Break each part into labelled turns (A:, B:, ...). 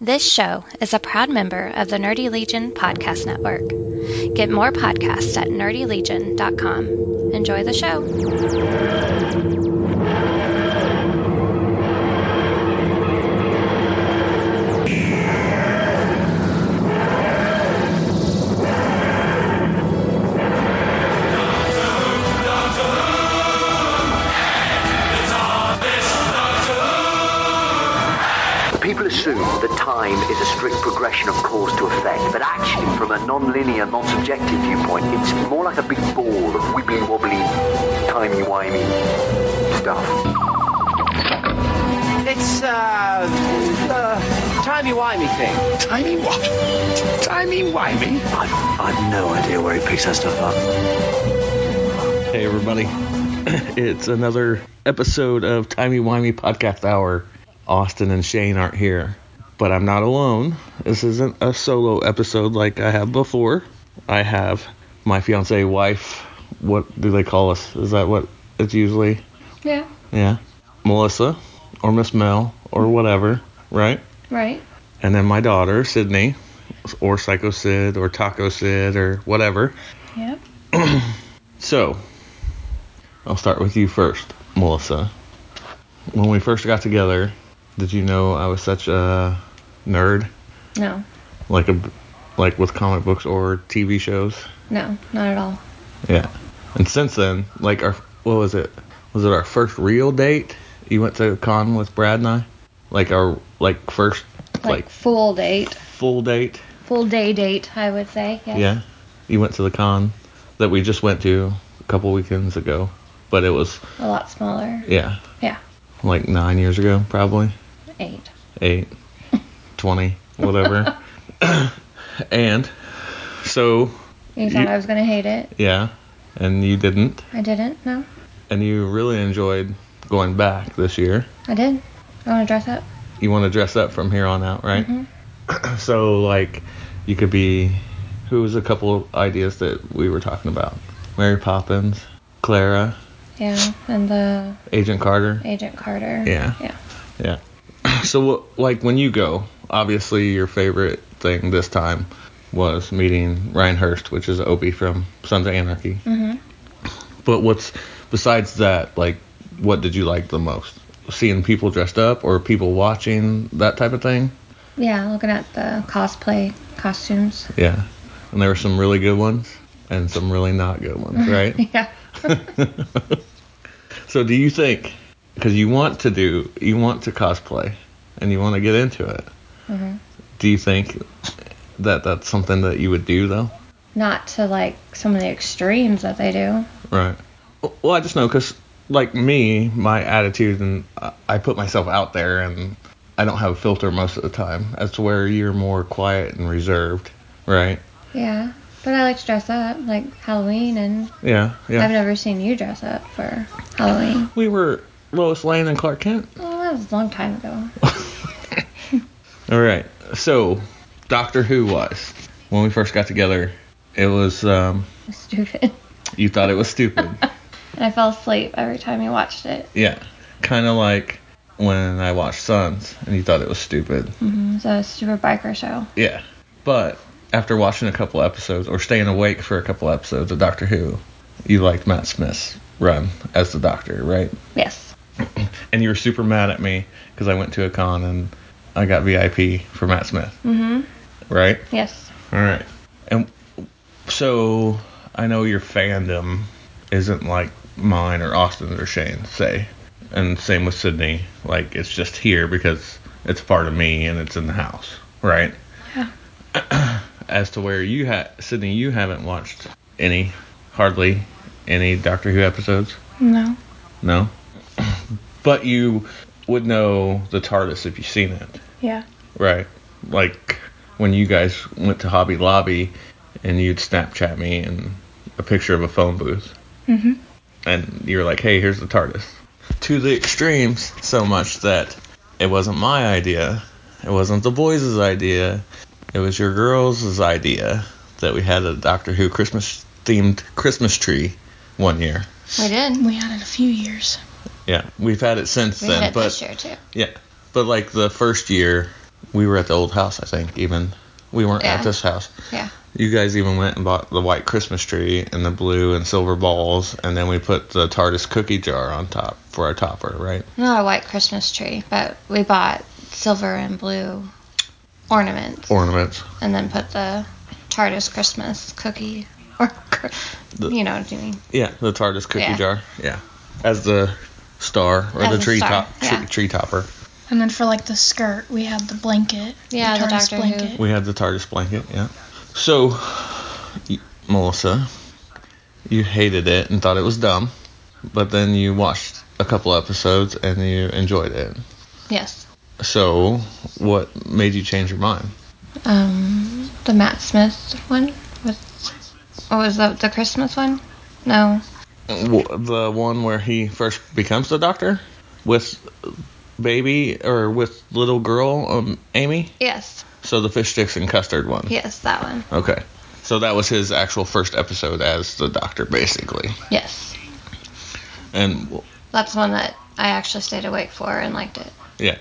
A: This show is a proud member of the Nerdy Legion Podcast Network. Get more podcasts at nerdylegion.com. Enjoy the show.
B: People assume that time is a strict progression of cause to effect, but actually, from a non-linear, non-subjective viewpoint, it's more like a big ball of wibbly-wobbly, timey-wimey stuff.
C: It's uh, uh timey-wimey thing.
D: Timey what? Timey wimey?
B: I've, I've no idea where he picks that stuff up.
E: Hey everybody, it's another episode of Timey Wimey Podcast Hour. Austin and Shane aren't here, but I'm not alone. This isn't a solo episode like I have before. I have my fiance, wife. What do they call us? Is that what it's usually?
F: Yeah,
E: Yeah, Melissa or Miss Mel or whatever, right?
F: right.
E: And then my daughter, Sydney, or Psycho Sid or Taco Sid or whatever.
F: Yep.
E: So, I'll start with you first, Melissa. When we first got together, did you know I was such a nerd,
F: No,
E: like a like with comic books or TV shows?
F: no, not at all.
E: Yeah. And since then, like our what was it? Was it our first real date? You went to a con with Brad and I, like our like first
F: Like,
E: like,
F: full date,
E: full date.
F: full day date, I would say. Yes.
E: Yeah. You went to the con that we just went to a couple weekends ago, but it was
F: A lot smaller.
E: yeah.
F: Yeah,
E: like nine years ago, probably
F: eight.
E: eight, 20, whatever. and so,
F: You thought
E: You-
F: I was gonna hate it.
E: yeah, and you didn't,
F: I didn't. No,
E: and you really enjoyed going back this year.
F: I did. I want to dress up.
E: You want to dress up from here on out, right? so, like, you could be who was a couple of ideas that we were talking about Mary Poppins, Clara,
F: Yeah, and the
E: Agent Carter.
F: Agent Carter.
E: Yeah.
F: Yeah.
E: Yeah. So, what- like, when you go, obviously your favorite thing this time was meeting Ryan Hurst, which is Opie from Sons of Anarchy. Mm-hmm. But what's besides that? Like, what did you like the most? Seeing people dressed up or people watching that type of thing?
F: Yeah, looking at the cosplay costumes.
E: Yeah. And there were some really good ones and some really not good ones, right?
F: Yeah.
E: So do you think because you want to do you want to cosplay and you want to get into it?
F: Mm-hmm.
E: Do you think that that's something that you would do though?
F: Not to like some of the extremes that they do.
E: Right. Well, I just know because like me, my attitude and I- I put myself out there and I don't have a filter most of the time. That's where you're more quiet and reserved, right?
F: Yeah. But I like to dress up, like Halloween, and
E: Yeah, yeah.
F: I've never seen you dress up for Halloween.
E: we were Lois Lane and Clark Kent.
F: Well, that was a long time ago.
E: All right. So, Doctor Who was when we first got together. It was um,
F: Stupid.
E: you thought it was stupid.
F: And I fell asleep every time you watched it.
E: yeah, kind of like when I watched Sons and you thought it was stupid.
F: It was a super biker show.
E: Yeah, but after watching a couple episodes or staying awake for a couple episodes of Doctor Who, you liked Matt Smith's run as the Doctor, right?
F: Yes.
E: And you were super mad at me because I went to a con and I got VIP for Matt Smith. Mm-hmm. Right.
F: Yes.
E: All right. And so I know your fandom isn't like mine or Austin's or Shane's, say. And same with Sydney. Like, it's just here because it's part of me and it's in the house, right? As to where you had, Sydney, you haven't watched any, hardly any Doctor Who episodes?
F: No.
E: No? but you would know the TARDIS if you've seen it.
F: Yeah.
E: Right. Like when you guys went to Hobby Lobby and you'd Snapchat me and a picture of a phone booth. Mm-hmm. And you were like, hey, here's the TARDIS. To the extremes so much that it wasn't my idea. It wasn't the boys' idea. It was your girls' idea that we had a Doctor Who Christmas themed Christmas tree one year.
F: We did. We
G: had it a few years.
E: Yeah. We've had it since then.
F: had it
E: but
F: this year, too.
E: yeah, but like the first year, we were at the old house, I think. Even we weren't
F: Yeah.
E: at this house.
F: Yeah.
E: You guys even went and bought the white Christmas tree and the blue and silver balls, and then we put the TARDIS cookie jar on top for our topper, right?
F: Not a white Christmas tree, but we bought silver and blue ornaments
E: Ornaments.
F: and then put the TARDIS Christmas cookie or cr-
E: The-
F: you know what I mean.
E: Yeah, the TARDIS cookie
F: Yeah.
E: jar. Yeah. As the star or
F: As
E: the
F: the
E: tree
F: star,
E: top tree,
F: yeah.
E: tree topper.
G: And then for like the skirt, we had the blanket.
F: Yeah, the
G: TARDIS
F: Doctor Who.
G: blanket.
E: We had the TARDIS blanket, yeah. So, y- Melissa, you hated it and thought it was dumb, but then you watched a couple episodes and you enjoyed it.
F: Yes.
E: So, what made you change your mind?
F: Um, the Matt Smith one with what was the the Christmas one? No.
E: W- The one where he first becomes the doctor with baby or with little girl, um, Amy?
F: Yes.
E: So, the fish sticks and custard one.
F: Yes, that one.
E: Okay. So, that was his actual first episode as the doctor, basically.
F: Yes.
E: And w-
F: That's the one that I actually stayed awake for and liked it.
E: Yeah.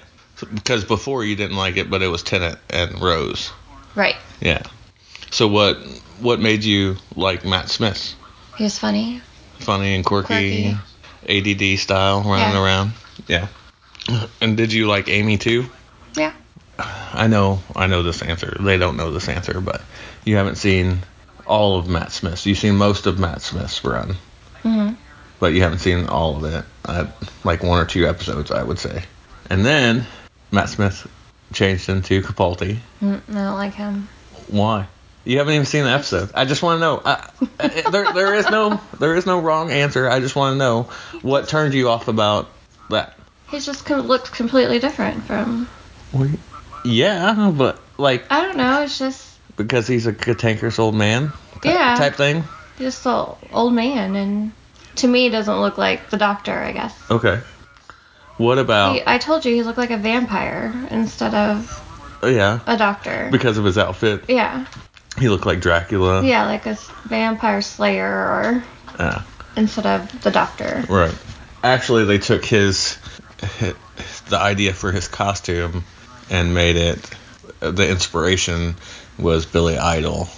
E: Because before you didn't like it, but it was Tennant and Rose.
F: Right.
E: Yeah. So what what made you like Matt Smith?
F: He was funny.
E: Funny and quirky, ADD style, running
F: Yeah.
E: around. Yeah. And did you like Amy too?
F: Yeah.
E: I know, I know this answer. They don't know this answer, but you haven't seen all of Matt Smith's. You've seen most of Matt Smith's run,
F: Mhm.
E: but you haven't seen all of it. I, like one or two episodes, I would say. And then Matt Smith changed into Capaldi.
F: Mm, I don't like him.
E: Why? You haven't even seen the episode. I just want to know. I, I- there, there is no, there is no wrong answer. I just want to know what turned you off about that.
F: He just com- looks completely different from.
E: Yeah, but like
F: I don't know. It's just
E: because he's a cantankerous old man. ty-
F: Yeah.
E: Type thing.
F: just an old man, and to me, it doesn't look like the Doctor. I guess.
E: Okay. What about?
F: He, I told you he looked like a vampire instead of
E: oh, yeah.
F: a doctor.
E: Because of his outfit,
F: yeah.
E: he looked like Dracula.
F: Yeah, like a s- vampire slayer or
E: Ah,
F: instead of the doctor.
E: right. Actually, they took his, the idea for his costume, and made it. The inspiration was Billy Idol,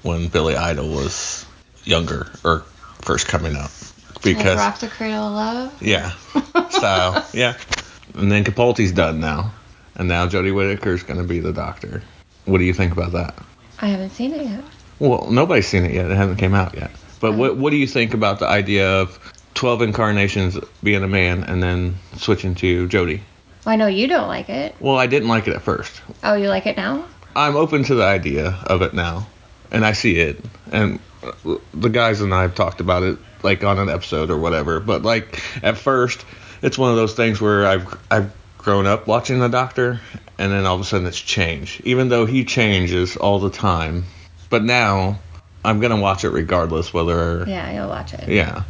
E: when Billy Idol was younger or first coming up,
F: Like
E: because
F: rock the cradle of love.
E: yeah, style yeah. And then Capaldi's done now, and now Jodie Whittaker's gonna be the Doctor. What do you think about that?
F: I haven't seen it yet.
E: Well, nobody's seen it yet. It hasn't came out yet. But what what do you think about the idea of 12 incarnations being a man and then switching to Jody?
F: Well, I know you don't like it.
E: Well, I didn't like it at first.
F: Oh, you like it now?
E: I'm open to the idea of it now, and I see it. And uh, the guys and I have talked about it like on an episode or whatever. But like at first, it's one of those things where I've I've grown up watching the Doctor, and then all of a sudden it's changed. Even though he changes all the time, but now I'm gonna watch it regardless whether
F: Yeah, you'll watch it.
E: yeah.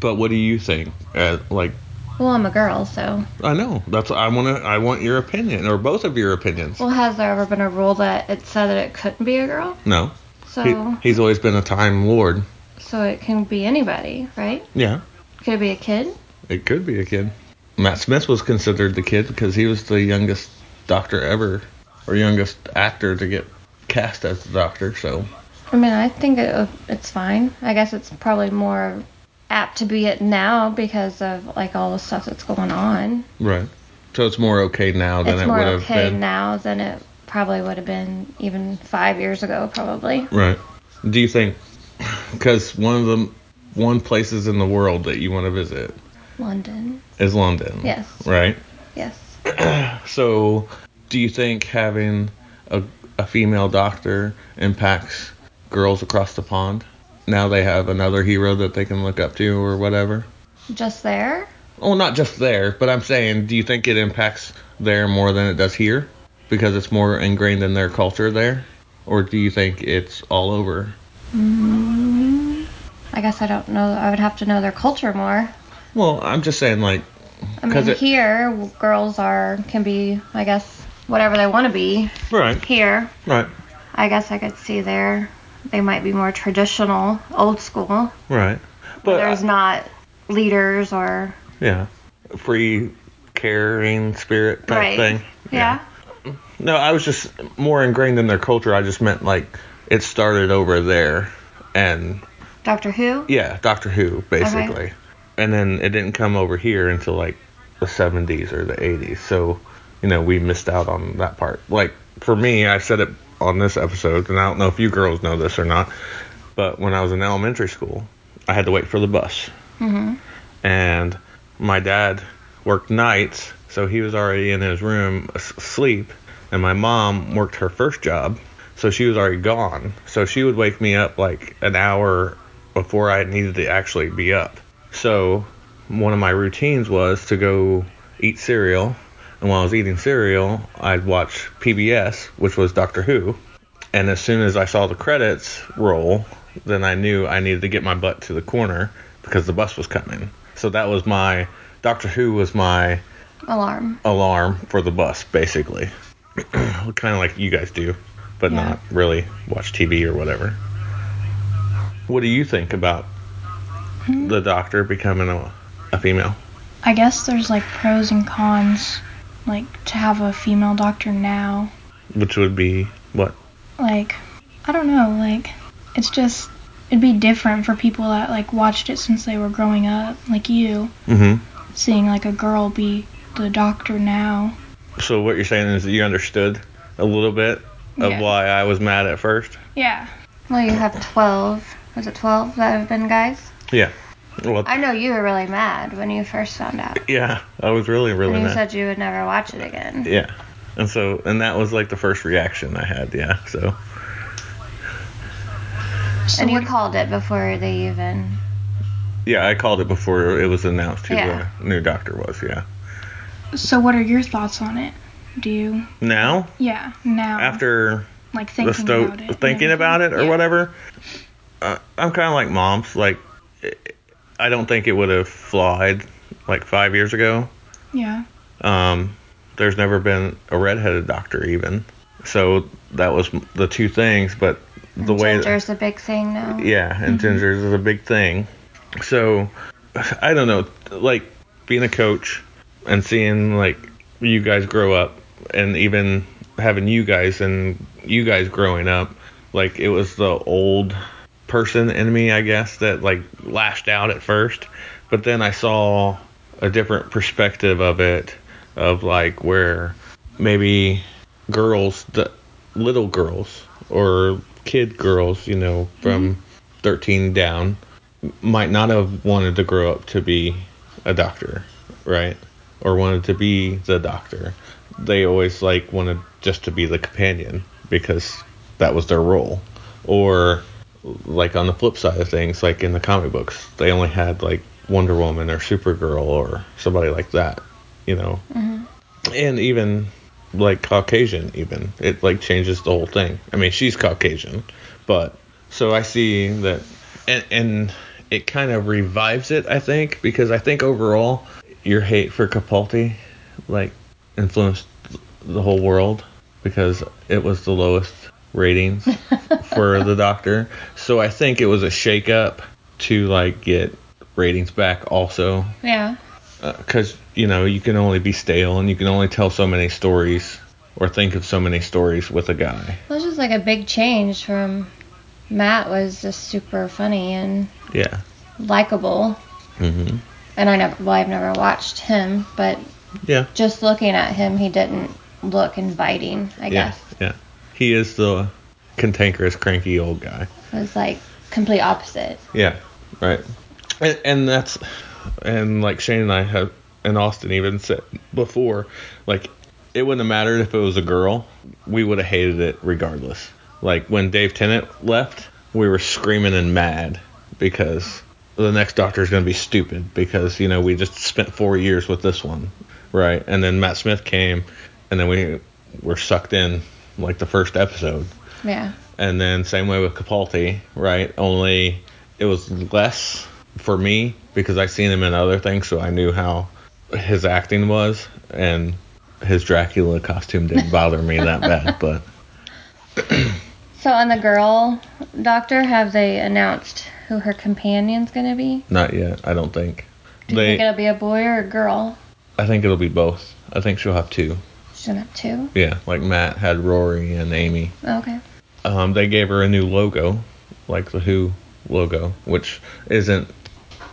E: But what do you think? Uh, like
F: Well, I'm a girl, so.
E: I know that's I want to I want your opinion or both of your opinions.
F: Well, has there ever been a rule that it said that it couldn't be a girl?
E: No.
F: So,
E: He, he's always been a time lord.
F: so it can be anybody, right?
E: Yeah.
F: Could it be a kid?
E: It could be a kid. Matt Smith was considered the kid because he was the youngest doctor ever, or youngest actor to get cast as the doctor. So
F: I mean, I think it, it's fine. I guess it's probably more apt to be it now because of like all the stuff that's going on.
E: right. So it's more okay now than
F: it's
E: it
F: more
E: would have
F: okay
E: been.
F: now than it probably would have been even five years ago, probably.
E: Right. Do you think? Because one of the one places in the world that you want to visit
F: London.
E: is London.
F: Yes.
E: Right.
F: Yes.
E: So, do you think having a, a female doctor impacts girls across the pond? Now they have another hero that they can look up to or whatever?
F: Just there?
E: Well, not just there, but I'm saying, do you think it impacts there more than it does here? Because it's more ingrained in their culture there? Or do you think it's all over?
F: I guess I don't know. I would have to know their culture more.
E: Well, I'm just saying, like,
F: I mean,
E: 'Cause it-
F: here w- girls are can be, I guess, whatever they want to be.
E: right,
F: Here,
E: right,
F: I guess I could see there they might be more traditional, old school.
E: right.
F: But
E: But, uh,
F: there's not leaders or
E: yeah, free, caring spirit type
F: right.
E: thing.
F: Yeah.
E: No, I was just more ingrained in their culture. I just meant like it started over there, and
F: Doctor Who?
E: yeah, Doctor Who basically, and then it didn't come over here until like the 70s or the 80s. So you know we missed out on that part. Like for me, I said it on this episode, and I don't know if you girls know this or not, but when I was in elementary school, I had to wait for the bus,
F: Mm-hmm.
E: and my dad worked nights, so he was already in his room as- asleep, and my mom worked her first job, so she was already gone. So she would wake me up like an hour before I needed to actually be up. So one of my routines was to go eat cereal, and while I was eating cereal, I'd watch PBS, which was Doctor Who. And as soon as I saw the credits roll, then I knew I needed to get my butt to the corner because the bus was coming. So that was my Doctor Who was my
F: Alarm.
E: alarm for the bus, basically. kind of like you guys do, but
F: Yeah.
E: not really watch TV or whatever. What do you think about
F: Hmm?
E: the doctor becoming a, a female?
G: I guess there's like pros and cons, like to have a female doctor now.
E: Which would be what?
G: Like, I don't know, like, it's just, it'd be different for people that like watched it since they were growing up, like you,
E: Mm-hmm.
G: seeing like a girl be the doctor now.
E: So what you're saying is that you understood a little bit of
G: Yeah.
E: why I was mad at first?
G: Yeah.
F: Well, you have 12. Was it 12 that have been guys?
E: Yeah. Well,
F: I know you were really mad when you first found out.
E: yeah, I was really, really
F: And you
E: mad.
F: said you would never watch it again.
E: Yeah. And so, and that was like the first reaction I had, yeah. So,
G: So
F: And you
G: what,
F: called it before they even.
E: yeah, I called it before it was announced who
F: Yeah.
E: the new doctor was, yeah.
G: so what are your thoughts on it? Do you?
E: Now,
G: Yeah.
F: Uh-huh.
G: Now.
E: after
G: like thinking
E: the sto-
G: about it. and
E: thinking about it
G: everything.
E: or
G: Yeah.
E: whatever, uh, I'm kind of like moms. Like, I don't think it would have flied like five years ago.
G: Yeah.
E: Um, there's never been a redheaded doctor even. So that was the two things, but the way that-
F: Ginger's a big thing now.
E: yeah, and gingers is a big thing. So I don't know, like being a coach and seeing like you guys grow up, and even having you guys and you guys growing up, like it was the old person in me, I guess, that like lashed out at first, but then I saw a different perspective of it, of like where maybe girls, the little girls or kid girls, you know, from 13 down, might not have wanted to grow up to be a doctor, right? Or wanted to be the doctor. They always like wanted just to be the companion because that was their role. Or like on the flip side of things, like in the comic books, they only had like Wonder Woman or Supergirl or somebody like that, you know. And even like Caucasian, even it like changes the whole thing. I mean, she's Caucasian, but so I see that, and, and it kind of revives it, I think, because I think overall your hate for Capaldi like influenced the whole world because it was the lowest ratings for the doctor. So I think it was a shake up to like get ratings back also
F: Yeah.
E: because you know you can only be stale and you can only tell so many stories or think of so many stories with a guy.
F: It was just like a big change from Matt was just super funny and
E: Yeah.
F: likable.
E: hmm
F: And I never, well, I've never watched him, but
E: Yeah.
F: just looking at him, he didn't look inviting, I
E: Yeah.
F: guess.
E: Yeah. He is the cantankerous, cranky old guy.
F: It was like complete opposite.
E: Yeah. Right. And, and that's and like Shane and I have and Austin even said before, like it wouldn't have mattered if it was a girl. We would have hated it regardless. Like when Dave Tennant left, we were screaming and mad because the next doctor is going to be stupid because you know we just spent four years with this one, right? And then Matt Smith came, and then we were sucked in like the first episode
F: Yeah.
E: and then same way with Capaldi, right? Only it was less for me because I seen him in other things, so I knew how his acting was, and his Dracula costume didn't bother me that bad. But
F: So on the girl doctor, have they announced who her companion's gonna be?
E: not yet, I don't think.
F: Do you think
E: They,
F: it'll be a boy or a girl?
E: I think it'll be both. I think she'll have two.
F: engaged in it too?
E: Yeah, like Matt had Rory and Amy.
F: Oh, Okay.
E: Um, they gave her a new logo, like the Who logo, which isn't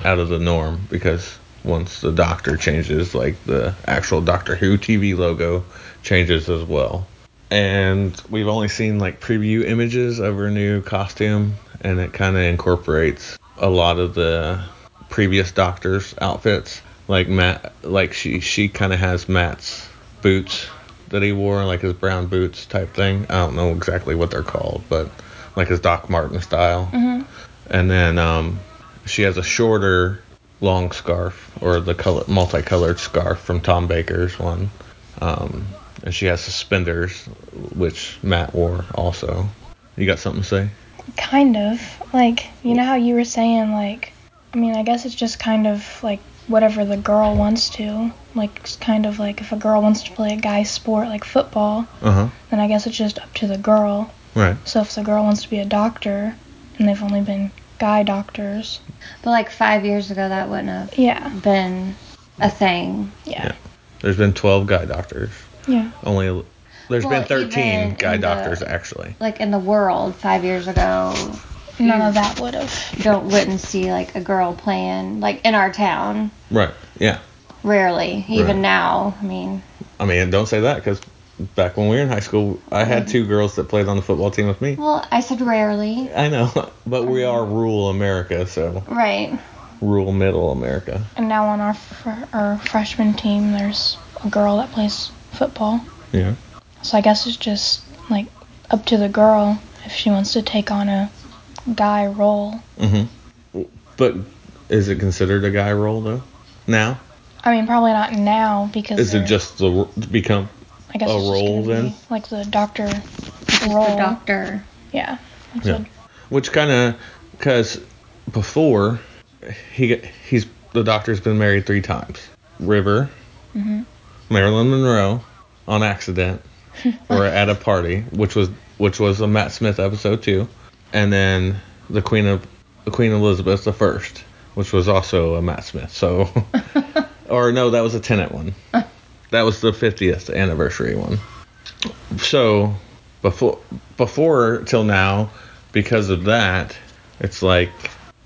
E: out of the norm because once the Doctor changes, like the actual Doctor Who TV logo changes as well. And we've only seen like preview images of her new costume, and it kind of incorporates a lot of the previous Doctor's outfits. Like Matt, like she she kind of has Matt's boots that he wore, like his brown boots type thing. I don't know exactly what they're called, but like his Doc Martin style.
F: Mm-hmm.
E: And then um, she has a shorter long scarf or the color multicolored scarf from Tom Baker's one. Um, and she has suspenders, which Matt wore also. You got something to say?
G: Kind of. Like, you know how you were saying, like, I mean, I guess it's just kind of like whatever the girl wants to. Like, it's kind of like if a girl wants to play a guy's sport, like football,
E: Uh huh.
G: then I guess it's just up to the girl.
E: Right.
G: So if the girl wants to be a doctor, and they've only been guy doctors,
F: But like five years ago, that wouldn't have
G: yeah,
F: been a thing.
G: yeah,
E: There's been 12 guy doctors.
G: yeah,
E: Only there's
F: Well,
E: been 13
F: even
E: guy
F: in the-
E: doctors actually.
F: Like in the world, five years ago,
G: none of that would have.
F: don't wouldn't see like a girl playing like in our town.
E: Right. Yeah.
F: Rarely, even
E: Right.
F: now. I mean,
E: I mean, don't say that because back when we were in high school, I had two girls that played on the football team with me.
F: well, I said rarely,
E: I know, but we are rural America, so
F: right?
E: rural middle America.
G: And now on our fr- our freshman team, there's a girl that plays football.
E: Yeah.
G: So I guess it's just like up to the girl if she wants to take on a guy role.
E: But is it considered a guy role though? Now
G: I mean, probably not now because
E: is it
G: they're-
E: just the to become?
G: I guess
E: a
G: it's just
E: role
G: gonna be
E: then?
G: like the doctor role.
F: The doctor.
G: yeah. That's
E: Yeah.
G: what-
E: Which kind of because before he he's the doctor's been married three times. River, Marilyn Monroe, on accident, or at a party, which was which was a Matt Smith episode too, and then the Queen of the Queen Elizabeth the First, which was also a Matt Smith. So, or no, that was a Tenant one. That was the 50th anniversary one. So before before till now, because of that, it's like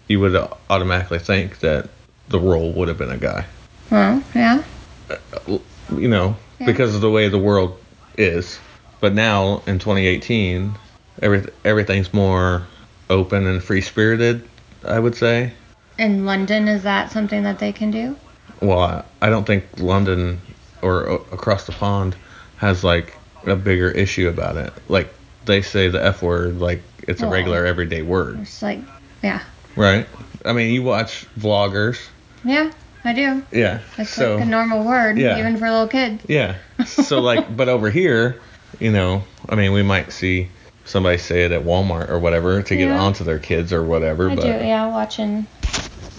E: you would automatically think that the role would have been a guy. Uh,
F: Well, yeah.
E: You know, because of the way the world is. But now in 2018, every, everything's more open and free spirited. I would say.
F: In London, is that something that they can do?
E: Well, I, I don't think London or uh, across the pond has like a bigger issue about it. Like they say the F word like it's a
F: Well,
E: regular everyday word.
F: It's like, yeah,
E: Right. I mean, you watch vloggers.
F: yeah, I do.
E: Yeah.
F: It's
E: so
F: like a normal word,
E: Yeah.
F: even for a little kid.
E: yeah. So like, but over here, you know, I mean, we might see somebody say it at Walmart or whatever to get
F: Yeah.
E: onto their kids or whatever.
F: I
E: but
F: do, yeah. Watching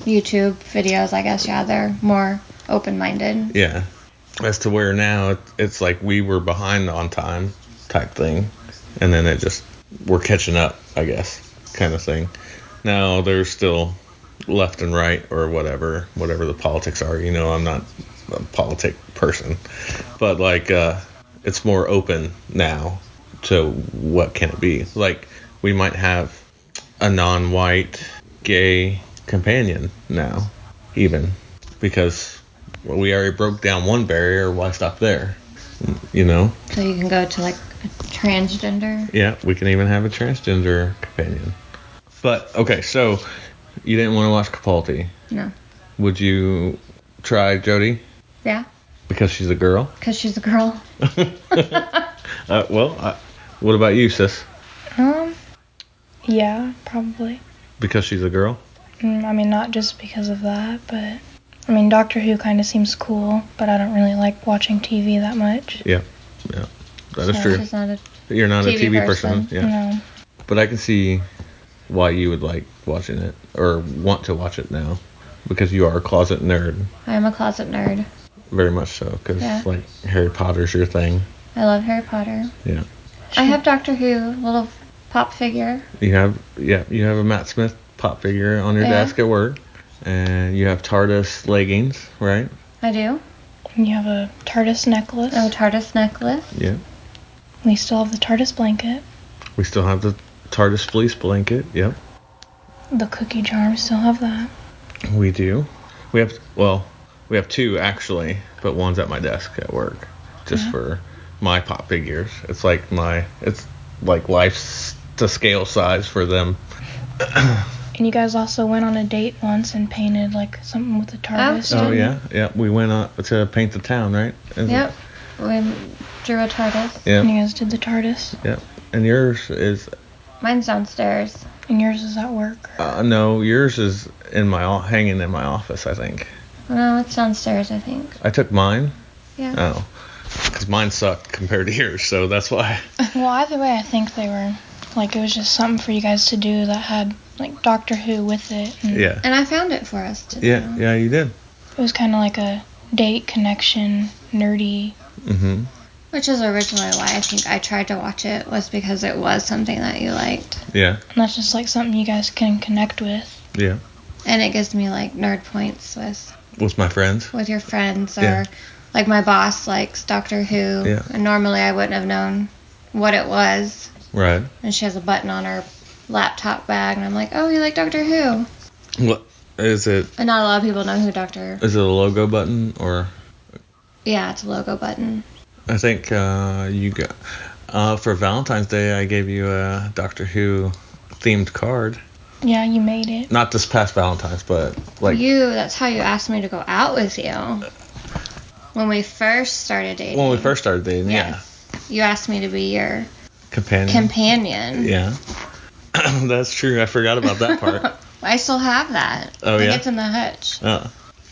F: YouTube videos, I guess, yeah, they're more open-minded.
E: yeah. As to where now it- it's like we were behind on time type thing, and then it just we're catching up, I guess, kind of thing. Now there's still left and right or whatever, whatever the politics are. You know, I'm not a politic person, but like uh, it's more open now to what can it be. Like we might have a non-white gay companion now, even because well, we already broke down one barrier. Why stop there? You know.
F: So you can go to like a transgender.
E: Yeah, we can even have a transgender companion. But okay, so you didn't want to watch Capaldi.
F: No.
E: Would you try Jodie
F: Yeah,
E: because she's a girl?
F: because she's a girl.
E: Uh, well, I, what about you, sis?
G: Um. Yeah, probably.
E: Because she's a girl.
G: Mm, I mean, not just because of that, but I mean, Doctor Who kind of seems cool, but I don't really like watching TV that much.
E: Yeah, yeah, that is
G: So
E: true.
F: She's not a.
E: You're not a
F: TV
E: TV person.
F: person.
E: Yeah,
G: No.
E: but I can see why you would like watching it or want to watch it now because you are a closet nerd,
F: I'm a closet nerd.
E: very much so. Because
F: Yeah.
E: like Harry Potter's your thing.
F: I love Harry Potter.
E: Yeah.
F: I have Doctor Who, little pop figure.
E: You have yeah, you have a Matt Smith pop figure on your
F: Yeah.
E: desk at work, and you have TARDIS leggings, right?
F: I do.
G: And you have a TARDIS necklace.
F: Oh, TARDIS necklace.
E: Yeah.
G: We still have the TARDIS blanket.
E: We still have the TARDIS fleece blanket. Yep.
G: The cookie jar. We still have that.
E: We do. We have well, we have two actually, but one's at my desk at work, just
F: Mm-hmm.
E: for my pop figures. It's like my it's like life's to scale size for them.
G: And you guys also went on a date once and painted like something with the TARDIS.
E: Oh
G: didn't you?
E: yeah, yeah. We went up to paint the town, right? Is it-
F: Yep. We drew a TARDIS.
G: And you
E: Yeah.
G: guys did the TARDIS.
E: Yeah. And yours is
F: Mine's downstairs.
G: And yours is at work.
E: uh, no, yours is in my o- hanging in my office. I think
F: No, it's downstairs, I think.
E: I took mine.
F: Yeah.
E: Oh, because mine sucked compared to yours, so that's why.
G: Well, either way, I think they were like it was just something for you guys to do that had like Doctor Who with it. And
E: Yeah.
F: And I found it for us to
E: Yeah.
F: do.
E: Yeah. You did.
G: It was kind of like a date connection, nerdy.
E: Mm-hmm.
F: Which is originally why I think I tried to watch it was because it was something that you liked.
E: Yeah.
G: And that's just like something you guys can connect with.
E: Yeah.
F: And it gives me like nerd points with
E: With my friends.
F: with your friends or
E: Yeah.
F: like my boss likes Doctor Who.
E: Yeah.
F: And normally I wouldn't have known what it was.
E: Right.
F: And she has a button on her laptop bag and I'm like, Oh, you like Doctor Who
E: What is it?
F: and not a lot of people know who Doctor
E: Is it a logo button or?
F: Yeah, it's a logo button.
E: I think uh, you got uh, for Valentine's Day. I gave you a Doctor Who themed card.
G: Yeah, you made it.
E: Not this past Valentine's, but like
F: you that's how you asked me to go out with you. When we first started dating.
E: when we first started dating.
F: Yes. You asked me to be your
E: Yeah. Companion.
F: companion.
E: Mm-hmm. yeah. That's true. I forgot about that part.
F: I still have that.
E: Oh,
F: I think
E: yeah?
F: It's in the hutch.
E: uh,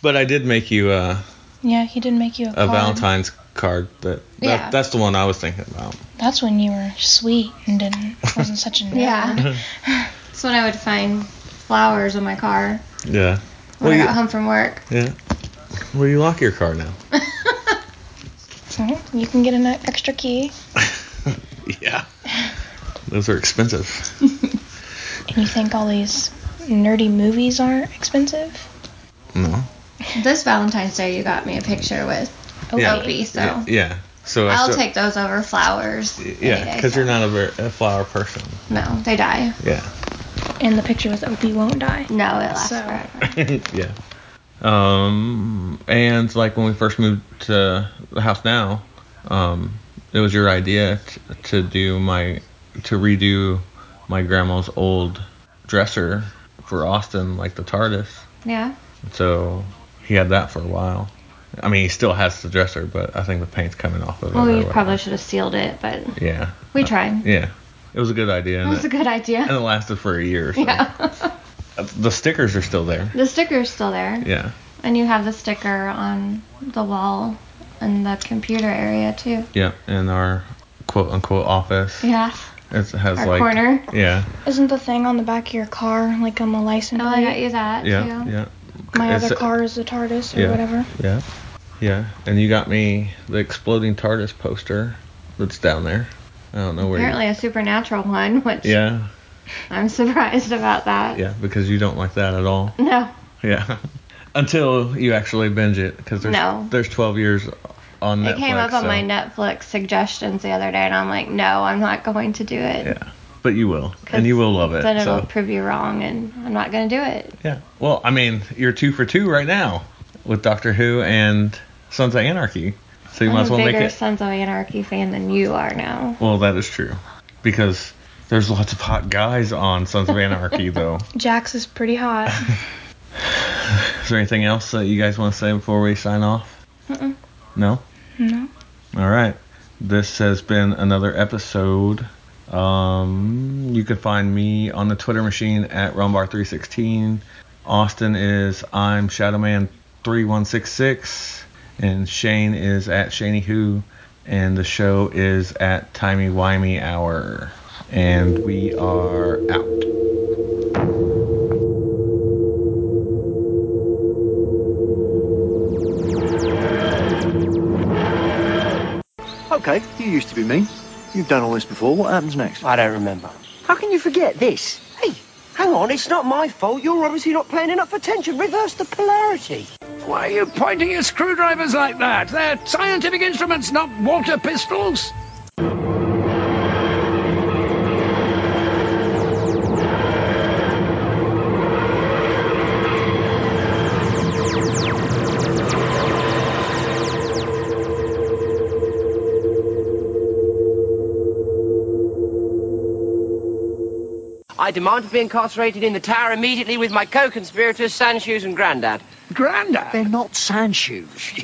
E: but I did make you uh,
G: Yeah, he did make you a,
E: a
G: card.
E: Valentine's card. That, that
F: Yeah.
E: that's the one I was thinking about.
G: That's when you were sweet and didn't wasn't such a nerd.
F: Yeah. That's when I would find flowers in my car
E: Yeah.
F: when
E: Well,
F: I
E: you-
F: got home from work.
E: Yeah. Well, you lock your car now.
G: So you can get an extra key,
E: yeah. Those are expensive.
G: and you think all these nerdy movies aren't expensive?
E: No.
F: This Valentine's Day, you got me a picture with
G: Oh,
E: Yeah.
F: Opie, so
E: Yeah. yeah. So I
F: I'll
E: still-
F: take those over flowers. any
E: Yeah,
F: day,
E: because
F: so-
E: you're not a, ver- a flower person.
F: No, they die.
E: Yeah.
G: And the picture with Opie won't die.
F: No, it lasts
G: So-
F: forever.
E: yeah. Um, and like when we first moved to the house now, um, it was your idea t- to do my to redo my grandma's old dresser for Austin, like the TARDIS.
F: Yeah.
E: So he had that for a while. I mean, he still has the dresser, but I think the paint's coming off of it.
F: Well,
E: or
F: we
E: whatever.
F: Oh, probably should have sealed it, but
E: Yeah. Uh,
F: we tried.
E: Yeah. Oh. It was a good idea,
F: That
E: and
F: was a
E: it,
F: good
E: and
F: idea.
E: it lasted for a year. So. Uh,
F: Yeah.
E: The stickers are still there.
F: the sticker's still there.
E: Yeah.
F: And you have the sticker on the wall in the computer area, too.
E: Yeah, in our quote unquote office.
F: Yeah.
E: It has
F: Our
E: like
F: corner.
E: Yeah,
G: Isn't the thing on the back of your car like on the license
F: Oh, I
G: plate?
F: got you that,
E: yeah,
F: too.
E: yeah.
G: My
E: It's-
G: other car is the TARDIS or
E: yeah.
G: whatever.
E: Yeah. Yeah. And you got me the exploding TARDIS poster that's down there. I don't know where you-
F: Apparently a supernatural one, which
E: Yeah,
F: I'm surprised about that.
E: yeah, because you don't like that at all.
F: No.
E: Yeah. Until you actually binge it cuz there's
F: No.
E: there's 12 years on Netflix.
F: it came up on
E: so-
F: my Netflix suggestions the other day, and I'm like, no, I'm not going to do it.
E: Yeah. But you will. And you will love it.
F: Then it'll
E: so-
F: prove you wrong, and I'm not going to do it.
E: Yeah. Well, I mean, you're two for two right now with Doctor Who and Sons of Anarchy. So you might
F: I'm
E: as
F: a
E: well make
F: bigger
E: it.
F: Sons of Anarchy fan than you are now.
E: Well, that is true. Because there's lots of hot guys on Sons of Anarchy, though.
G: Jax is pretty hot.
E: Is there anything else that you guys want to say before we sign off? No?
G: no.
E: All right. This has been another episode. Um, you can find me on the Twitter machine at Rumbar316. Austin is I'm Shadowman3166. And Shane is at Shaney Who. And the show is at Timey Wimey Hour. And we are out.
B: Okay, you used to be me. You've done all this before. What happens next?
C: I don't remember.
H: How can you forget this? Hey, hang on, it's not my fault. You're obviously not playing enough attention. Reverse the polarity.
D: Why are you pointing your screwdrivers like that? They're scientific instruments, not water pistols.
C: I demand to be incarcerated in the tower immediately with my co-conspirators, Sanshoes and Grandad.
D: Grandad.
H: They're not sand shoes.